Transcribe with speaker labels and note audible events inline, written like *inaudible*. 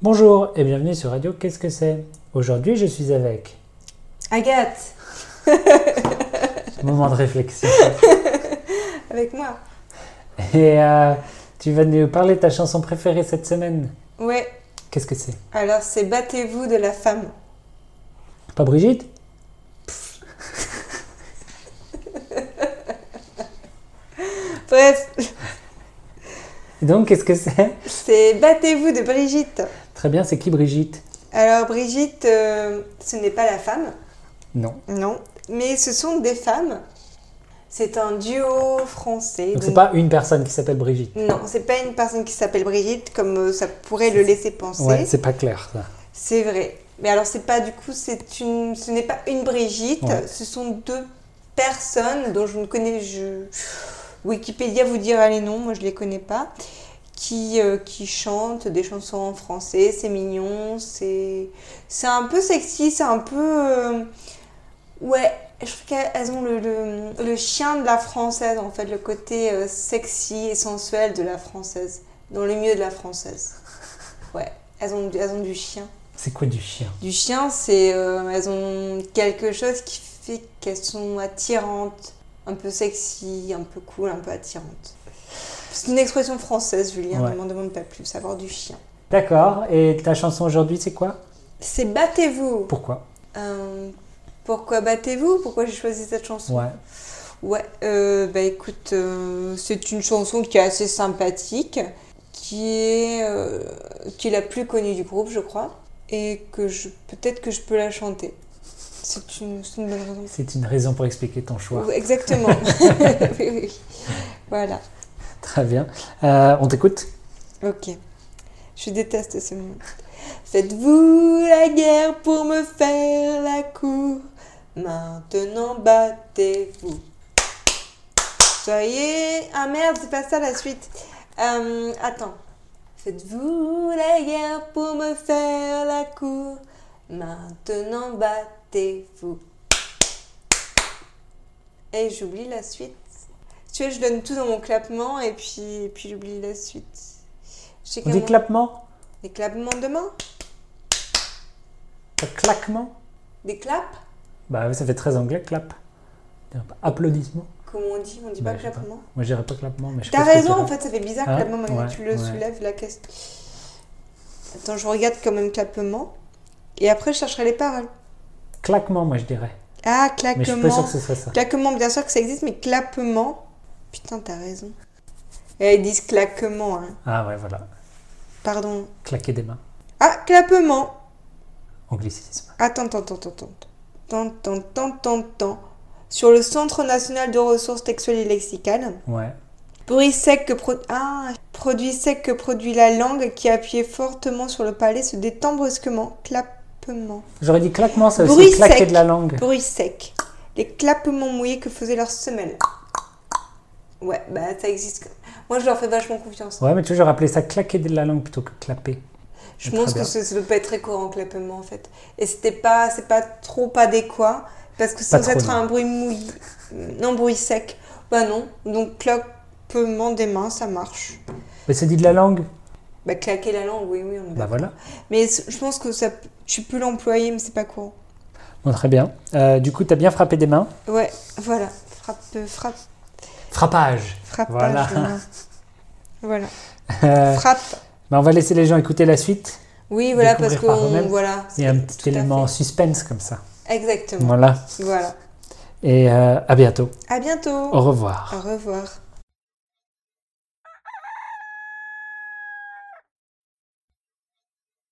Speaker 1: Bonjour et bienvenue sur Radio Qu'est-ce que c'est Aujourd'hui, je suis avec.
Speaker 2: Agathe,
Speaker 1: Moment de *laughs* réflexion.
Speaker 2: avec moi.
Speaker 1: Et euh, tu vas nous parler de ta chanson préférée cette semaine.
Speaker 2: Ouais,
Speaker 1: Qu'est-ce que c'est
Speaker 2: alors c'est Battez-vous de la femme.
Speaker 1: Pas Brigitte
Speaker 2: Bref,
Speaker 1: Et Donc, qu'est-ce que c'est
Speaker 2: c'est Battez-vous de Brigitte.
Speaker 1: Très bien, c'est qui Brigitte
Speaker 2: Alors Brigitte, euh, ce n'est pas la femme,
Speaker 1: Non.
Speaker 2: non, mais ce sont des femmes. C'est un duo français.
Speaker 1: Donc, c'est
Speaker 2: donc-
Speaker 1: pas une personne qui s'appelle Brigitte.
Speaker 2: Non, c'est pas une personne qui s'appelle Brigitte comme euh, ça pourrait le laisser penser.
Speaker 1: Ouais, c'est pas clair ça.
Speaker 2: c'est vrai. Mais alors c'est pas du coup, c'est une, ce n'est pas une Brigitte,
Speaker 1: Ouais.
Speaker 2: ce sont deux personnes dont je ne connais, je... Wikipédia vous dira les noms, moi je les connais pas, qui, euh, qui chantent des chansons en français, c'est mignon, c'est, c'est un peu sexy, c'est un peu, euh, ouais, je trouve qu'elles ont le, le- le chien de la française en fait, le côté euh, sexy et sensuel de la française, dans le mieux de la française, ouais, elles ont, elles ont du chien
Speaker 1: C'est quoi du chien
Speaker 2: du chien, c'est euh, elles ont quelque chose qui fait qu'elles sont attirantes, un peu sexy, un peu cool, un peu attirantes. C'est une expression française, Julien,
Speaker 1: Ouais.
Speaker 2: ne m'en demande pas plus, savoir du chien.
Speaker 1: D'accord, et ta chanson aujourd'hui, c'est quoi
Speaker 2: C'est battez-vous.
Speaker 1: Pourquoi
Speaker 2: Euh, pourquoi battez-vous Pourquoi j'ai choisi cette chanson
Speaker 1: Ouais.
Speaker 2: Ouais, euh, bah écoute, euh, c'est une chanson qui est assez sympathique, qui est, euh, qui est la plus connue du groupe, je crois, et que je peut-être que je peux la chanter. C'est une, c'est une bonne raison.
Speaker 1: C'est une raison pour expliquer ton choix.
Speaker 2: Oui, Exactement. oui, oui. Voilà.
Speaker 1: Très bien. Euh, on t'écoute
Speaker 2: Ok. Je déteste ce mot. Faites-vous la guerre pour me faire la cour. Maintenant battez-vous. Soyez. Ah merde, c'est pas ça la suite. Euh, attends. Faites-vous la guerre pour me faire la cour. Maintenant battez-vous. Et j'oublie la suite. Tu vois, je donne tout dans mon clapement et puis, et puis j'oublie la suite. Je sais
Speaker 1: On
Speaker 2: comment-
Speaker 1: dit clapement
Speaker 2: Des clapements de mains
Speaker 1: Pas claquement
Speaker 2: Des claps
Speaker 1: Bah, ça fait très anglais, clap. Applaudissement
Speaker 2: Comment on dit On dit
Speaker 1: Bah,
Speaker 2: pas
Speaker 1: je sais pas.
Speaker 2: clapement
Speaker 1: Moi, j'irais pas clapement, mais je
Speaker 2: T'as
Speaker 1: pense que
Speaker 2: raison,
Speaker 1: t'aurais-
Speaker 2: en fait, ça fait bizarre
Speaker 1: Ah,
Speaker 2: clapement maintenant que
Speaker 1: ouais,
Speaker 2: tu le
Speaker 1: ouais.
Speaker 2: soulèves, la question. Attends, je regarde quand même clapement. Et après, je chercherai les paroles.
Speaker 1: Claquement, moi, je dirais.
Speaker 2: Ah,
Speaker 1: Mais je suis pas sûr
Speaker 2: claquement.
Speaker 1: que ce soit ça.
Speaker 2: Claquement, bien sûr que ça existe, mais clapement. Putain, t'as raison. Et ils disent claquement, hein.
Speaker 1: Ah ouais, voilà.
Speaker 2: Pardon.
Speaker 1: Claquer des mains.
Speaker 2: Ah, clapement
Speaker 1: Anglicisme.
Speaker 2: Attends, attends, attends, attends, attends, attends, attends, attends, attends. Sur le Centre national de ressources textuelles et lexicales,
Speaker 1: Ouais.
Speaker 2: Bruit sec que pro- ah, produit sec que produit la langue qui appuyée fortement sur le palais se détend brusquement. Clapement.
Speaker 1: J'aurais dit claquement, ça
Speaker 2: Bruit
Speaker 1: aussi claquer
Speaker 2: sec.
Speaker 1: de la langue.
Speaker 2: Bruit sec. Les clapements mouillés que faisaient leurs semelles. Ouais, bah ça existe. Moi je leur fais vachement confiance.
Speaker 1: Ouais, mais tu vois, j'aurais appelé ça claquer de la langue plutôt que clapper.
Speaker 2: je
Speaker 1: Très
Speaker 2: pense
Speaker 1: bien.
Speaker 2: que ce, ça doit pas être très courant clapement en fait. Et c'était pas, c'est pas trop adéquat parce que sans
Speaker 1: trop,
Speaker 2: être
Speaker 1: non.
Speaker 2: un bruit mouillé, non bruit sec. Bah non. Donc clapement des mains, ça marche.
Speaker 1: Mais c'est dit de la langue
Speaker 2: Bah claquer la langue, oui oui on est
Speaker 1: Bah voilà.
Speaker 2: Mais c- je pense que ça, tu peux l'employer, mais c'est pas courant.
Speaker 1: Bon, très bien. Euh, du coup, t'as bien frappé des mains.
Speaker 2: Ouais, voilà. Frappe, euh, frappe,
Speaker 1: Frappage.
Speaker 2: frappage.
Speaker 1: Voilà. *laughs*
Speaker 2: Voilà. voilà.
Speaker 1: Euh,
Speaker 2: Frappe.
Speaker 1: bah, on va laisser les gens écouter la suite.
Speaker 2: Oui, voilà, parce
Speaker 1: Découvrir
Speaker 2: que
Speaker 1: par
Speaker 2: on-
Speaker 1: eux-mêmes.
Speaker 2: voilà.
Speaker 1: Il y a un
Speaker 2: c'est-
Speaker 1: petit
Speaker 2: tout à
Speaker 1: élément suspense comme ça.
Speaker 2: fait. Exactement.
Speaker 1: Voilà.
Speaker 2: Voilà.
Speaker 1: Et euh, à bientôt.
Speaker 2: À bientôt.
Speaker 1: Au revoir.
Speaker 2: Au revoir.